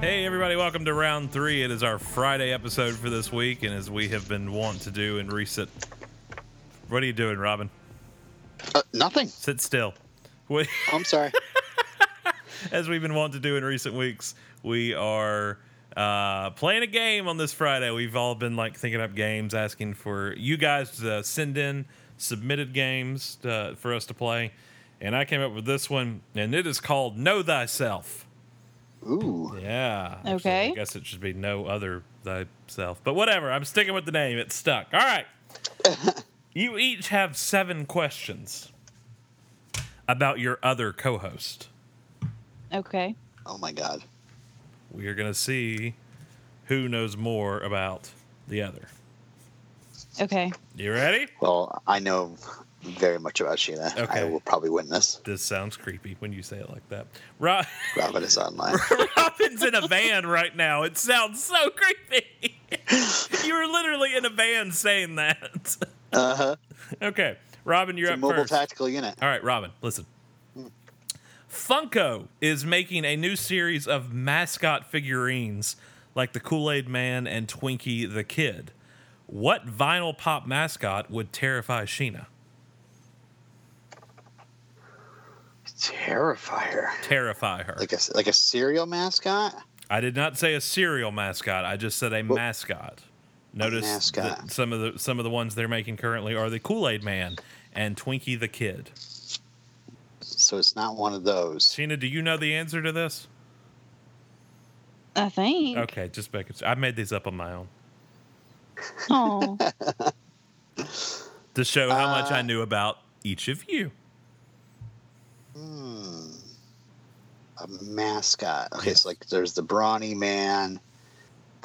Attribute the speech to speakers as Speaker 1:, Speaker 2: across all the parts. Speaker 1: Hey, everybody, welcome to round three. It is our Friday episode for this week, and as we have been wont to do in recent. What are you doing, Robin?
Speaker 2: Uh, nothing. Oh,
Speaker 1: Sit still. We,
Speaker 2: I'm sorry.
Speaker 1: as we've been wont to do in recent weeks, we are uh, playing a game on this Friday. We've all been like thinking up games, asking for you guys to send in submitted games uh for us to play. And I came up with this one, and it is called Know Thyself.
Speaker 2: Ooh.
Speaker 1: Yeah. actually,
Speaker 3: Okay.
Speaker 1: I guess it should be no other thyself, but whatever. I'm sticking with the name. It's stuck. All right. you each have seven questions about your other co-host.
Speaker 3: Okay.
Speaker 2: Oh my god.
Speaker 1: We are going to see who knows more about the other.
Speaker 3: Okay.
Speaker 1: You ready?
Speaker 2: Well, I know very much about Sheena.
Speaker 1: Okay.
Speaker 2: I will probably win this.
Speaker 1: This sounds creepy when you say it like that. Ro-
Speaker 2: Robin is online.
Speaker 1: Robin's in a van right now. It sounds so creepy. you were literally in a van saying that.
Speaker 2: Uh huh.
Speaker 1: okay, Robin, you're
Speaker 2: It's a
Speaker 1: up
Speaker 2: mobile
Speaker 1: first.
Speaker 2: tactical unit.
Speaker 1: All right, Robin, listen. Funko is making a new series of mascot figurines like the Kool Aid Man and Twinkie the Kid. What vinyl pop mascot would terrify Sheena?
Speaker 2: Terrifier.
Speaker 1: Terrify her.
Speaker 2: Like a like a cereal mascot.
Speaker 1: I did not say a cereal mascot. I just said a mascot. Notice
Speaker 2: mascot.
Speaker 1: that some of the some of the ones they're making currently are the Kool Aid Man and Twinkie the Kid.
Speaker 2: So it's not one of those.
Speaker 1: Sheena, do you know the answer to this?
Speaker 3: I think.
Speaker 1: Okay, just back. I made these up on my own
Speaker 3: Oh.
Speaker 1: to show how much
Speaker 2: Uh,
Speaker 1: I knew about each of you.
Speaker 2: Hmm. A mascot. Okay, so like there's the brawny man.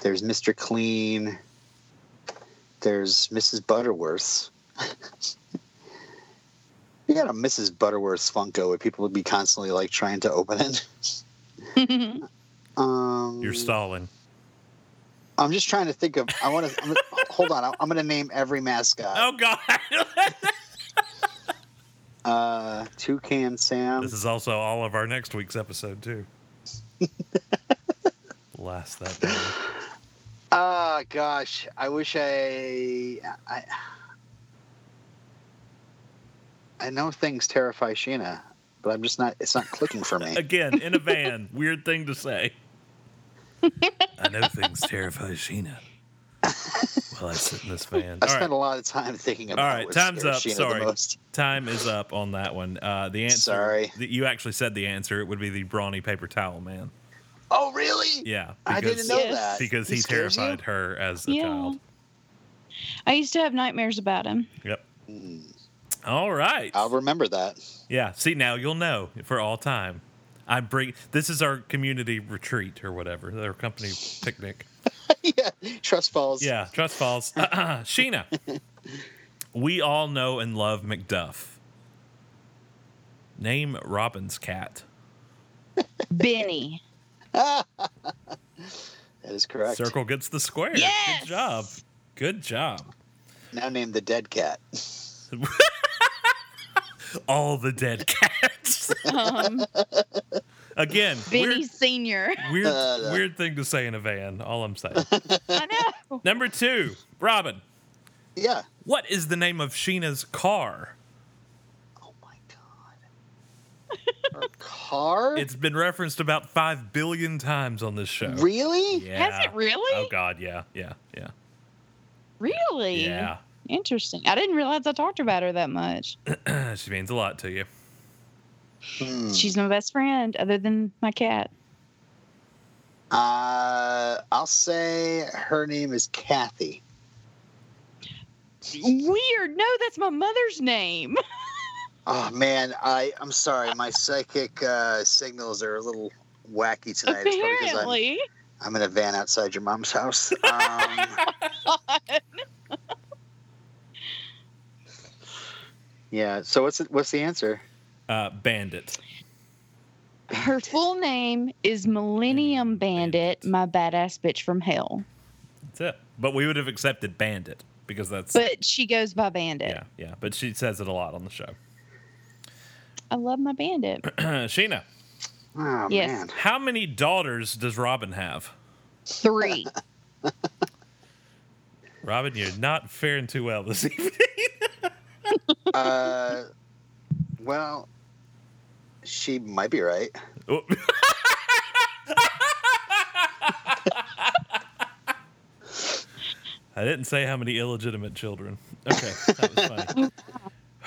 Speaker 2: There's Mr. Clean. There's Mrs. Butterworth. you got a Mrs. Butterworth Funko where people would be constantly like trying to open it. Um,
Speaker 1: You're stalling.
Speaker 2: I'm just trying to think of. I want to hold on. I'm, I'm going to name every mascot.
Speaker 1: Oh God!
Speaker 2: Uh, Toucan Sam.
Speaker 1: this is also all of our next week's episode too. Last that. Down.
Speaker 2: Ah, gosh, I wish I, I. I know things terrify Sheena, but I'm just not. It's not clicking for me.
Speaker 1: Again, in a van. Weird thing to say. I know things terrify Sheena. While I sit in this van.
Speaker 2: I
Speaker 1: All
Speaker 2: spent
Speaker 1: right,
Speaker 2: a lot of time thinking about.
Speaker 1: All right,
Speaker 2: what
Speaker 1: time's
Speaker 2: scares
Speaker 1: up,
Speaker 2: Sheena
Speaker 1: sorry.
Speaker 2: The most.
Speaker 1: time is up on that one. Uh, the answer.
Speaker 2: Sorry.
Speaker 1: that you actually said the answer. It would be the brawny paper towel man.
Speaker 2: Oh, really?
Speaker 1: Yeah.
Speaker 2: I didn't know
Speaker 3: Yes.
Speaker 2: that.
Speaker 1: Because he,
Speaker 2: scares you?
Speaker 1: terrified her as a
Speaker 3: Yeah.
Speaker 1: child.
Speaker 3: I used to have nightmares about him.
Speaker 1: Yep.
Speaker 2: Mm,
Speaker 1: All right.
Speaker 2: I'll remember that.
Speaker 1: Yeah. See, now you'll know for all time. I bring this is our community retreat or whatever, our company picnic.
Speaker 2: yeah, trust falls.
Speaker 1: Yeah, trust falls. Sheena, we all know and love McDuff. Name Robin's cat.
Speaker 3: Benny.
Speaker 2: that is correct.
Speaker 1: Circle gets the square.
Speaker 3: Yes!
Speaker 1: Good job. Good job.
Speaker 2: Now name the dead cat.
Speaker 1: All the dead cats.
Speaker 3: Um,
Speaker 1: Again,
Speaker 3: Benny
Speaker 1: weird,
Speaker 3: Senior.
Speaker 1: weird,
Speaker 2: Uh,
Speaker 1: weird thing to say in a van. All I'm saying.
Speaker 3: I know.
Speaker 1: Number two, Robin.
Speaker 2: Yeah.
Speaker 1: What is the name of Sheena's car?
Speaker 2: Oh my god. Her car.
Speaker 1: It's been referenced about five billion times on this show.
Speaker 2: really.
Speaker 1: Yeah.
Speaker 3: Has it really?
Speaker 1: Oh God, yeah, yeah, yeah,
Speaker 3: Really?
Speaker 1: yeah.
Speaker 3: Interesting. I didn't realize I talked about her that much.
Speaker 1: she means a lot to you.
Speaker 2: Hmm.
Speaker 3: She's my best friend, other than my cat.
Speaker 2: Uh, I'll say her name is Kathy.
Speaker 3: Weird. No, that's my mother's name.
Speaker 2: Oh man, I I'm sorry, my psychic uh, signals are a little wacky tonight. It's probably 'cause
Speaker 3: Apparently.
Speaker 2: I'm, I'm in a van outside your mom's house. Um, yeah. So what's it, what's the answer?
Speaker 1: Uh, bandit.
Speaker 3: Her full name is Millennium Bandit, my badass bitch from hell.
Speaker 1: That's it. But we would have accepted bandit because that's
Speaker 3: But she goes by Bandit.
Speaker 1: yeah, yeah. But she says it a lot on the show.
Speaker 3: I love my Bandit.
Speaker 1: Sheena,
Speaker 2: Oh,
Speaker 3: Yes.
Speaker 2: man.
Speaker 1: How many daughters does Robin have?
Speaker 3: Three.
Speaker 1: Robin, you're not faring too well this evening.
Speaker 2: Uh, well, she might be right.
Speaker 1: Oh. I didn't say how many illegitimate children. Okay, that was funny.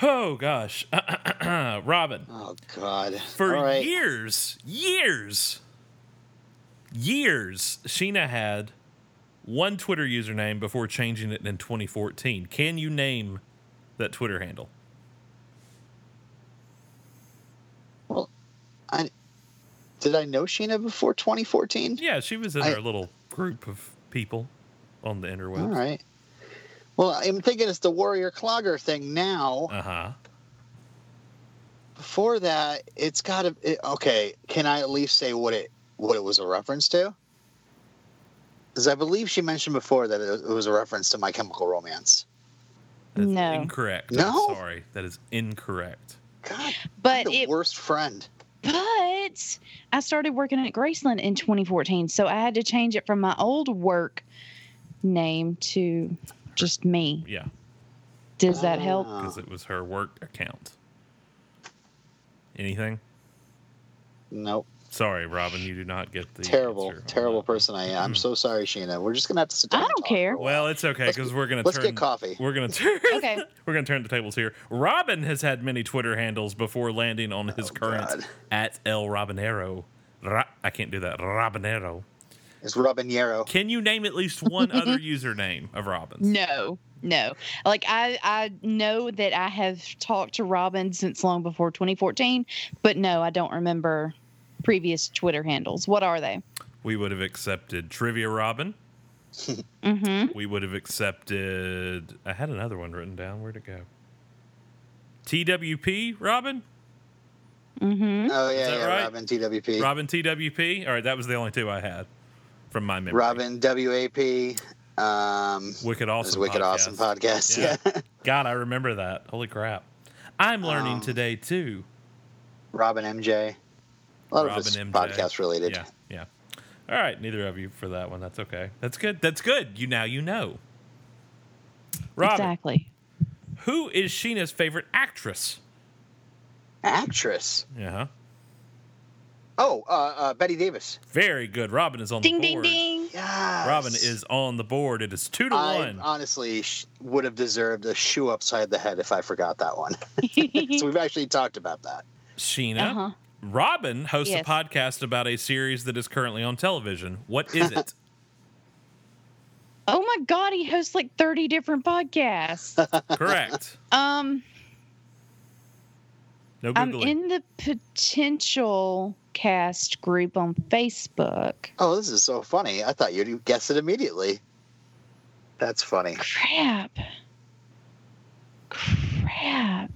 Speaker 1: Oh gosh, Robin.
Speaker 2: Oh, God.
Speaker 1: For
Speaker 2: All right.
Speaker 1: years, years, years, Sheena had one Twitter username before changing it in 2014. Can you name that Twitter handle?
Speaker 2: Did I know Sheena before 2014?
Speaker 1: Yeah, she was in
Speaker 2: I-
Speaker 1: our little group of people on the interwebs.
Speaker 2: All right. Well, I'm thinking it's the Warrior Clogger thing now.
Speaker 1: Uh huh.
Speaker 2: Before that, it's got to. It, okay, can I at least say what it what it was a reference to? Because I believe she mentioned before that it was, it was a reference to My Chemical Romance.
Speaker 1: That's
Speaker 3: No.
Speaker 1: incorrect.
Speaker 2: No?
Speaker 1: I'm sorry, that is incorrect.
Speaker 2: God,
Speaker 3: But
Speaker 2: the
Speaker 3: it
Speaker 2: worst friend.
Speaker 3: but I started working at Graceland in 2014, so I had to change it from my old work name to just me.
Speaker 1: Yeah,
Speaker 3: Does that help?
Speaker 2: Ah.
Speaker 1: because it was her work account. Anything?
Speaker 2: Nope.
Speaker 1: Sorry, Robin, you do not get the
Speaker 2: terrible,
Speaker 1: answer on
Speaker 2: terrible
Speaker 1: that Mm. one.
Speaker 2: person I am. I'm so sorry, Sheena. We're just gonna have to sit down.
Speaker 3: I
Speaker 2: and
Speaker 3: don't
Speaker 2: talk.
Speaker 3: care.
Speaker 1: Well, it's okay
Speaker 2: Let's-
Speaker 1: because we're gonna
Speaker 2: Let's
Speaker 1: turn.
Speaker 2: get coffee.
Speaker 1: We're gonna turn.
Speaker 3: Okay.
Speaker 1: We're gonna turn the tables here. Robin has had many Twitter handles before landing on his
Speaker 2: Oh,
Speaker 1: current
Speaker 2: God.
Speaker 1: at El Robinero. Ra- I can't do that. Robinero.
Speaker 2: It's Robin Yarrow.
Speaker 1: Can you name at least one other username of Robin's?
Speaker 3: No, no. Like I, I know that I have talked to Robin since long before 2014, but no, I don't remember previous Twitter handles. What are they?
Speaker 1: We would have accepted Trivia Robin.
Speaker 3: Mm-hmm.
Speaker 1: We would have accepted. I had another one written down. Where'd it go? TWP Robin?
Speaker 3: Mm-hmm.
Speaker 2: Oh yeah,
Speaker 1: that
Speaker 2: yeah.
Speaker 1: right?
Speaker 2: Robin TWP. Robin,
Speaker 1: Robin TWP? All right, that was the only two I had from my memory.
Speaker 2: WAP. Um,
Speaker 1: Wicked
Speaker 2: this
Speaker 1: Awesome. Podcast.
Speaker 2: Wicked Awesome podcast.
Speaker 1: Yeah.
Speaker 2: Yeah.
Speaker 1: God, I remember that. Holy crap. I'm learning
Speaker 2: Um,
Speaker 1: today too.
Speaker 2: Robin MJ. A lot
Speaker 1: Robin
Speaker 2: of it's
Speaker 1: MJ.
Speaker 2: podcast related.
Speaker 1: Yeah, yeah. All right, neither of you for that one. That's okay. That's good. That's good. You now you know. Robin,
Speaker 3: Exactly.
Speaker 1: who is Sheena's favorite actress? Uh-huh.
Speaker 2: Actress.
Speaker 1: Yeah. huh.
Speaker 2: Oh, uh, uh, Betty Davis.
Speaker 1: Very good. Robin is on
Speaker 3: Ding,
Speaker 1: the
Speaker 3: ding,
Speaker 1: board.
Speaker 3: ding.
Speaker 2: Yeah.
Speaker 1: Robin is on the board. It is two to
Speaker 2: I uh,
Speaker 1: one.
Speaker 2: honestly sh- would have deserved a shoe upside the head if I forgot that one. so we've actually talked about that.
Speaker 1: Sheena.
Speaker 3: uh-huh.
Speaker 1: Robin hosts
Speaker 3: Yes.
Speaker 1: a podcast about a series that is currently on television. What is it?
Speaker 3: Oh my God, he hosts like 30 different podcasts.
Speaker 1: Correct.
Speaker 3: um,
Speaker 1: No
Speaker 3: I'm
Speaker 1: googling.
Speaker 3: in the potential cast group on Facebook.
Speaker 2: Oh, this is so funny. I thought you'd guess it immediately. That's funny.
Speaker 3: Crap. Crap.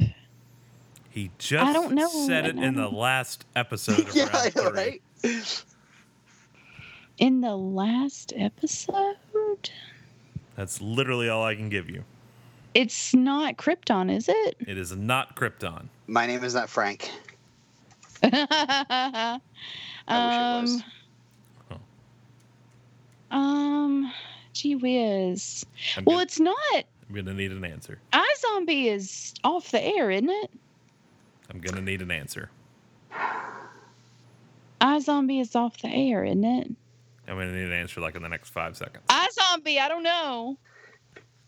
Speaker 1: he just
Speaker 3: I don't know
Speaker 1: said it
Speaker 3: right
Speaker 1: in the
Speaker 3: now.
Speaker 1: last episode. Of
Speaker 2: yeah,
Speaker 1: round
Speaker 2: I know,
Speaker 1: three.
Speaker 2: right?
Speaker 3: In the last episode?
Speaker 1: That's literally all I can give you.
Speaker 3: It's not Krypton, is it?
Speaker 1: It is not Krypton.
Speaker 2: My name is not Frank.
Speaker 3: um,
Speaker 2: I wish it was.
Speaker 3: um, gee whiz.
Speaker 1: I'm,
Speaker 3: Well,
Speaker 1: gonna,
Speaker 3: it's not.
Speaker 1: I'm gonna need an answer.
Speaker 3: iZombie is off the air, isn't it?
Speaker 1: I'm gonna need an answer.
Speaker 3: iZombie is off the air, isn't it?
Speaker 1: I'm gonna need an answer like in the next five seconds.
Speaker 3: iZombie, I don't know.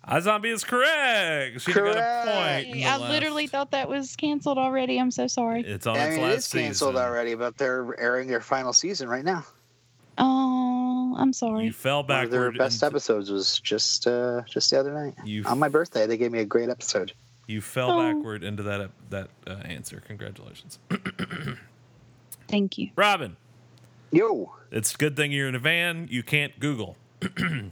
Speaker 1: iZombie is correct. She got a
Speaker 2: Correct.
Speaker 1: point. in the
Speaker 3: I
Speaker 1: last-
Speaker 3: literally thought that was canceled already. I'm so sorry.
Speaker 1: it's on
Speaker 2: I
Speaker 1: its
Speaker 2: mean,
Speaker 1: Oh, last
Speaker 2: it is canceled
Speaker 1: season.
Speaker 2: already, but they're airing their final season right now.
Speaker 3: Oh, I'm sorry.
Speaker 1: You fell
Speaker 2: One of their
Speaker 1: backward.
Speaker 2: best
Speaker 1: into-
Speaker 2: episodes was just uh, just the other night.
Speaker 1: You
Speaker 2: On my birthday, they gave me a great episode.
Speaker 1: You fell
Speaker 3: Oh.
Speaker 1: backward into that that uh, answer. Congratulations,
Speaker 3: Thank you.
Speaker 1: Robin.
Speaker 2: Yo,
Speaker 1: It's a good thing you're in a van. You can't Google. the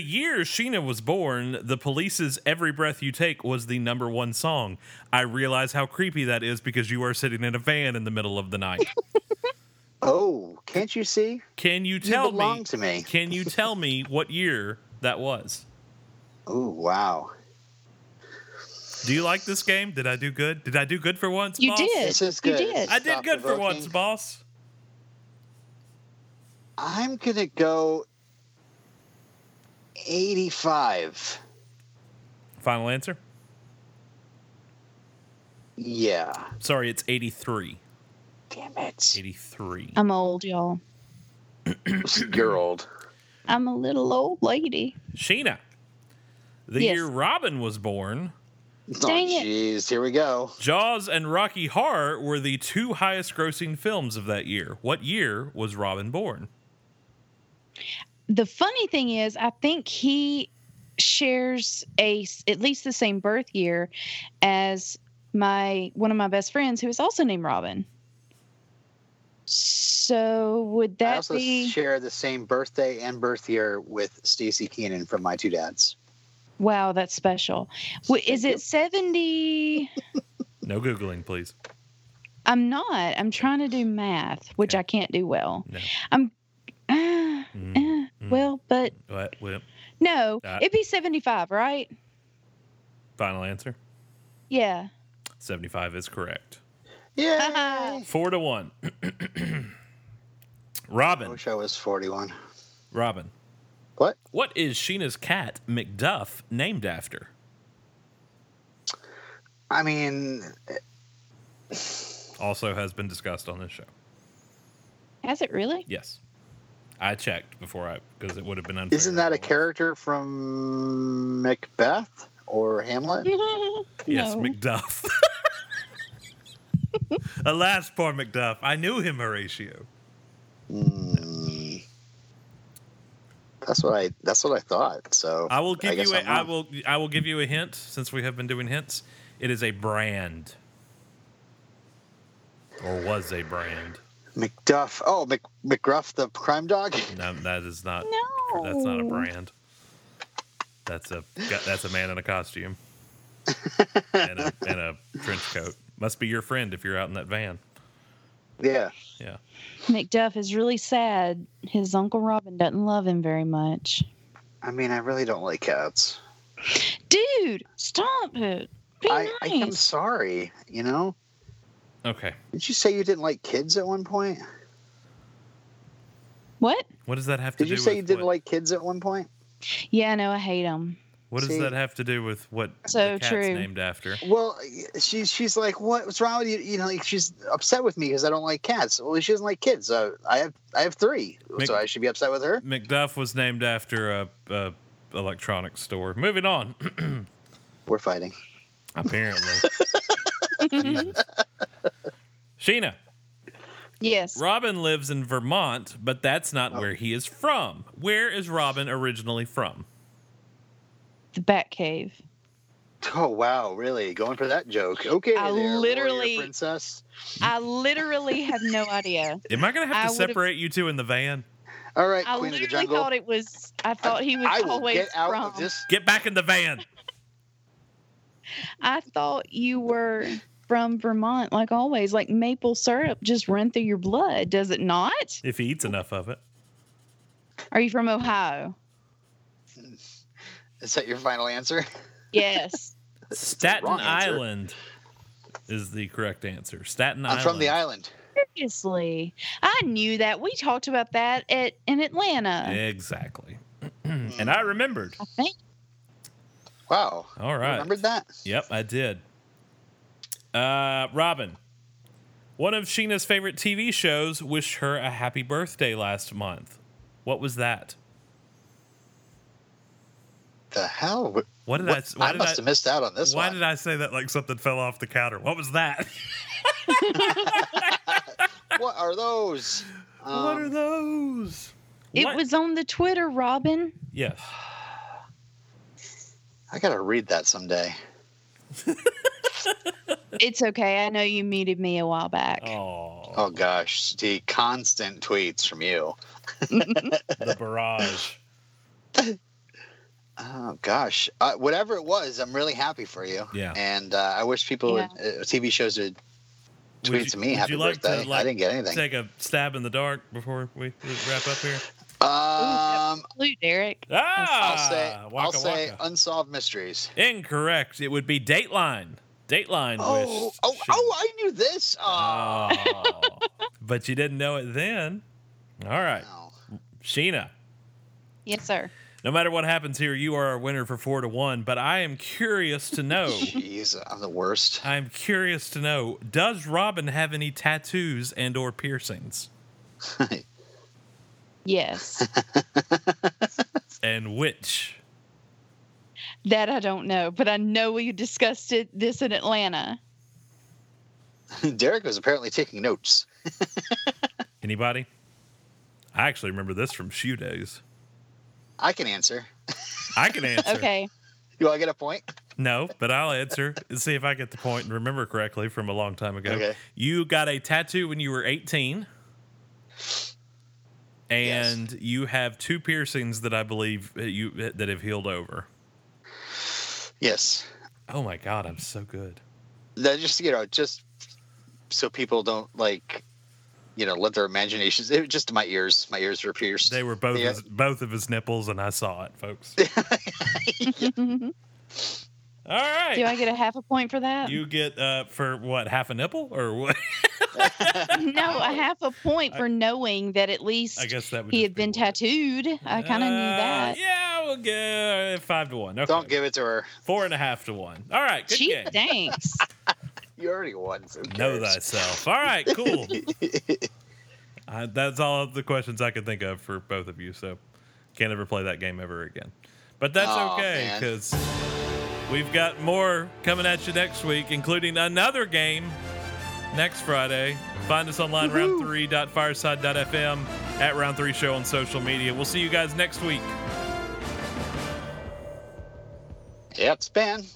Speaker 1: year Sheena was born, the Police's "Every Breath You Take" was the number one song. I realize how creepy that is because you are sitting in a van in the middle of the night.
Speaker 2: oh, can't you see?
Speaker 1: Can you
Speaker 2: You
Speaker 1: tell
Speaker 2: belong
Speaker 1: me?
Speaker 2: to me.
Speaker 1: Can you tell me what year that was?
Speaker 2: Oh wow,
Speaker 1: Do you like this game? Did I do good? Did I do good for once?
Speaker 3: You
Speaker 1: boss?
Speaker 3: did.
Speaker 2: this is
Speaker 3: You
Speaker 2: good.
Speaker 3: did.
Speaker 1: I did
Speaker 2: Thought
Speaker 1: good for once,
Speaker 2: provoking.
Speaker 1: boss.
Speaker 2: I'm gonna go 85.
Speaker 1: Final answer?
Speaker 2: Yeah.
Speaker 1: Sorry, it's 83.
Speaker 2: Damn it.
Speaker 1: 83.
Speaker 3: I'm old, y'all.
Speaker 2: You're old.
Speaker 3: I'm a little old lady.
Speaker 1: Sheena. The
Speaker 3: Yes.
Speaker 1: year Robin was born,
Speaker 3: Dang
Speaker 2: oh,
Speaker 3: it.
Speaker 2: jeez. Here we go.
Speaker 1: Jaws and Rocky Horror were the two highest grossing films of that year. What year was Robin born?
Speaker 3: The funny thing is, I think he shares a s- at least the same birth year as my one of my best friends who is also named Robin. So would
Speaker 2: I
Speaker 3: that
Speaker 2: also
Speaker 3: be
Speaker 2: share the same birthday and birth year with Stacy Keenan from My Two Dads.
Speaker 3: wow? That's special. W- Is it seventy?
Speaker 1: No Googling, please.
Speaker 3: I'm not. I'm trying to do math, which I can't do well.
Speaker 1: No.
Speaker 3: I'm ah,
Speaker 1: Mm,
Speaker 3: eh, well, but
Speaker 1: what, what-
Speaker 3: no,
Speaker 1: Uh,
Speaker 3: it'd be 75, right?
Speaker 1: final answer?
Speaker 3: Yeah.
Speaker 1: 75 is correct.
Speaker 3: Uh-huh.
Speaker 2: Yeah.
Speaker 1: Four to one.
Speaker 2: I
Speaker 1: Robin.
Speaker 2: wish I was 41.
Speaker 1: Robin.
Speaker 2: Oh, What?
Speaker 1: What is Sheena's cat, McDuff, named after?
Speaker 2: I mean,
Speaker 1: Also has been discussed on this show.
Speaker 3: Has it really?
Speaker 1: Yes. I checked before I, because it would have been unfair.
Speaker 2: isn't that a
Speaker 1: otherwise.
Speaker 2: character from Macbeth or Hamlet?
Speaker 1: Yes,
Speaker 3: No.
Speaker 1: Macduff. Alas, poor Macduff. I knew him, Horatio.
Speaker 2: Mm. That's what I. That's what I thought. So
Speaker 1: I will give
Speaker 2: guess
Speaker 1: you. A,
Speaker 2: I'm
Speaker 1: I
Speaker 2: wrong.
Speaker 1: will. I will give you a hint since we have been doing hints. It is a brand, or was a brand.
Speaker 2: McDuff. Oh, Mc, McGruff, the crime dog.
Speaker 1: No, that is not.
Speaker 3: no.
Speaker 1: That's not a brand. That's a. That's a man in a costume and a, and a trench coat. Must be your friend if you're out in that van.
Speaker 2: Yeah.
Speaker 3: McDuff is really sad. His Uncle Robin doesn't love him very much.
Speaker 2: I mean, I really don't like cats.
Speaker 3: Dude, stop it. Be
Speaker 2: I, I am
Speaker 3: nice.
Speaker 2: sorry. You know.
Speaker 1: Okay.
Speaker 2: Did you say you didn't like kids at one point?
Speaker 3: what?
Speaker 1: What does that have to do?
Speaker 2: Did you say
Speaker 1: with
Speaker 2: you didn't
Speaker 1: what?
Speaker 2: like kids at one point?
Speaker 3: Yeah, I know. I hate him.
Speaker 1: What does
Speaker 2: See-
Speaker 1: that have to do with what
Speaker 3: So
Speaker 1: the cat's
Speaker 3: true.
Speaker 1: named after?
Speaker 2: Well, she's she's like, what, what's wrong with you? You know, like she's upset with me because I don't like cats. Well, she doesn't like kids. So I have I have three,
Speaker 1: Mc-
Speaker 2: so I should be upset with her.
Speaker 1: Macduff was named after a, a electronics store. Moving on.
Speaker 2: We're fighting.
Speaker 1: Apparently. Jesus. Sheena,
Speaker 3: Yes.
Speaker 1: Robin lives in Vermont, but that's not where he is from. Where is Robin originally from?
Speaker 3: The Batcave.
Speaker 2: Oh wow, really going for that joke? Okay,
Speaker 3: I
Speaker 2: there, warrior
Speaker 3: literally-
Speaker 2: princess.
Speaker 3: I literally have no idea.
Speaker 1: Am I going to
Speaker 3: I
Speaker 1: have to
Speaker 3: would've-
Speaker 1: separate you two in the van?
Speaker 2: All right,
Speaker 3: I
Speaker 2: queen of the
Speaker 3: literally
Speaker 2: jungle.
Speaker 3: thought it was. I thought he was
Speaker 2: I will
Speaker 3: always
Speaker 2: get out
Speaker 3: from.
Speaker 2: of this.
Speaker 1: Get back in the van.
Speaker 3: I thought you were from Vermont, like always. Like maple syrup just run through your blood, does it not?
Speaker 1: If he eats enough of it.
Speaker 3: Are you from Ohio?
Speaker 2: Is that your final answer?
Speaker 3: Yes.
Speaker 1: Staten
Speaker 2: wrong answer.
Speaker 1: Island is the correct answer. Staten
Speaker 2: I'm
Speaker 1: Island.
Speaker 2: from the island.
Speaker 3: Seriously, I knew that. We talked about that at in Atlanta.
Speaker 1: Exactly. and I remembered.
Speaker 3: I think.
Speaker 2: Wow.
Speaker 1: All
Speaker 2: I
Speaker 1: right.
Speaker 2: Remembered that?
Speaker 1: Yep, I did. Uh, Robin, one of Sheena's favorite TV shows wished her a happy birthday last month. What was that?
Speaker 2: The hell?
Speaker 1: What did I?
Speaker 2: What-
Speaker 1: Why
Speaker 2: I
Speaker 1: did
Speaker 2: must have missed out on this
Speaker 1: why
Speaker 2: one.
Speaker 1: did I say that like something fell off the counter? What was that?
Speaker 2: What are those?
Speaker 1: what
Speaker 2: Um,
Speaker 1: are those?
Speaker 3: It
Speaker 1: What-
Speaker 3: was on the Twitter, Robin.
Speaker 1: yes.
Speaker 2: I gotta read that someday.
Speaker 3: It's okay. I know you muted me a while back.
Speaker 1: Oh,
Speaker 2: Oh gosh, the constant tweets from you.
Speaker 1: the barrage.
Speaker 2: Oh gosh, uh, whatever it was, I'm really happy for you.
Speaker 1: Yeah.
Speaker 2: And uh, I wish people would, uh, TV shows would
Speaker 1: Would
Speaker 2: tweet
Speaker 1: you-
Speaker 2: to me
Speaker 1: would
Speaker 2: happy
Speaker 1: you like to,
Speaker 2: birthday. I
Speaker 1: like,
Speaker 2: didn't get anything.
Speaker 1: Take a stab in the dark before we we wrap up here.
Speaker 2: um,
Speaker 3: Blue Derek.
Speaker 1: Ah,
Speaker 2: I'll say
Speaker 1: waka
Speaker 2: I'll say
Speaker 1: waka.
Speaker 2: unsolved mysteries.
Speaker 1: incorrect. It would be Dateline. Dateline.
Speaker 2: Oh,
Speaker 1: wished
Speaker 2: oh,
Speaker 1: Sheena-
Speaker 2: oh! I knew this. Oh,
Speaker 1: Oh. but you didn't know it then. All right.
Speaker 2: no.
Speaker 1: Sheena,
Speaker 3: Yes, sir.
Speaker 1: no matter what happens here, you are a winner for four to one. But I am curious to know.
Speaker 2: Jeez, I'm the worst.
Speaker 1: I'm curious to know: Does Robin have any tattoos and/or piercings,
Speaker 3: Yes.
Speaker 1: and which?
Speaker 3: that I don't know, but I know we discussed it this in Atlanta.
Speaker 2: Derek was apparently taking notes.
Speaker 1: Anybody? I actually remember this from shoe days.
Speaker 2: I can answer.
Speaker 1: I can answer.
Speaker 3: Okay.
Speaker 2: Do I get a point?
Speaker 1: No, but I'll answer and see if I get the point and remember correctly from a long time ago.
Speaker 2: Okay.
Speaker 1: You got a tattoo when you were 18. And you have two piercings that I believe that you that have healed over.
Speaker 2: Yes.
Speaker 1: Oh my god, I'm so good.
Speaker 2: That just you know just so people don't like you know let their imaginations. It was just my ears. My ears were pierced.
Speaker 1: They were both
Speaker 2: Yeah.
Speaker 1: his, both of his nipples, and I saw it, folks.
Speaker 3: Do
Speaker 1: All right,
Speaker 3: I get a half a point for that?
Speaker 1: you get uh, for what half a nipple or what?
Speaker 3: no, a half a point for knowing that at least
Speaker 1: I guess that would
Speaker 3: he
Speaker 1: just
Speaker 3: had
Speaker 1: be
Speaker 3: been
Speaker 1: one.
Speaker 3: tattooed. I kind of knew
Speaker 1: Uh,
Speaker 3: that.
Speaker 1: Yeah, we'll get uh, five to one. Okay.
Speaker 2: Don't give it to her.
Speaker 1: Four and a half to one. All right, good
Speaker 3: Gee,
Speaker 1: game.
Speaker 3: thanks.
Speaker 2: You already won. So who
Speaker 1: Know
Speaker 2: cares?
Speaker 1: thyself. All right, cool. uh, that's all of the questions I could think of for both of you. So can't ever play that game ever again. But that's
Speaker 2: Aw,
Speaker 1: okay
Speaker 2: man.
Speaker 1: because we've got more coming at you next week, including another game next Friday. Find us online, round3.fireside.fm, at Round 3 Show on social media. We'll see you guys next week.
Speaker 2: Yep, it's Ben.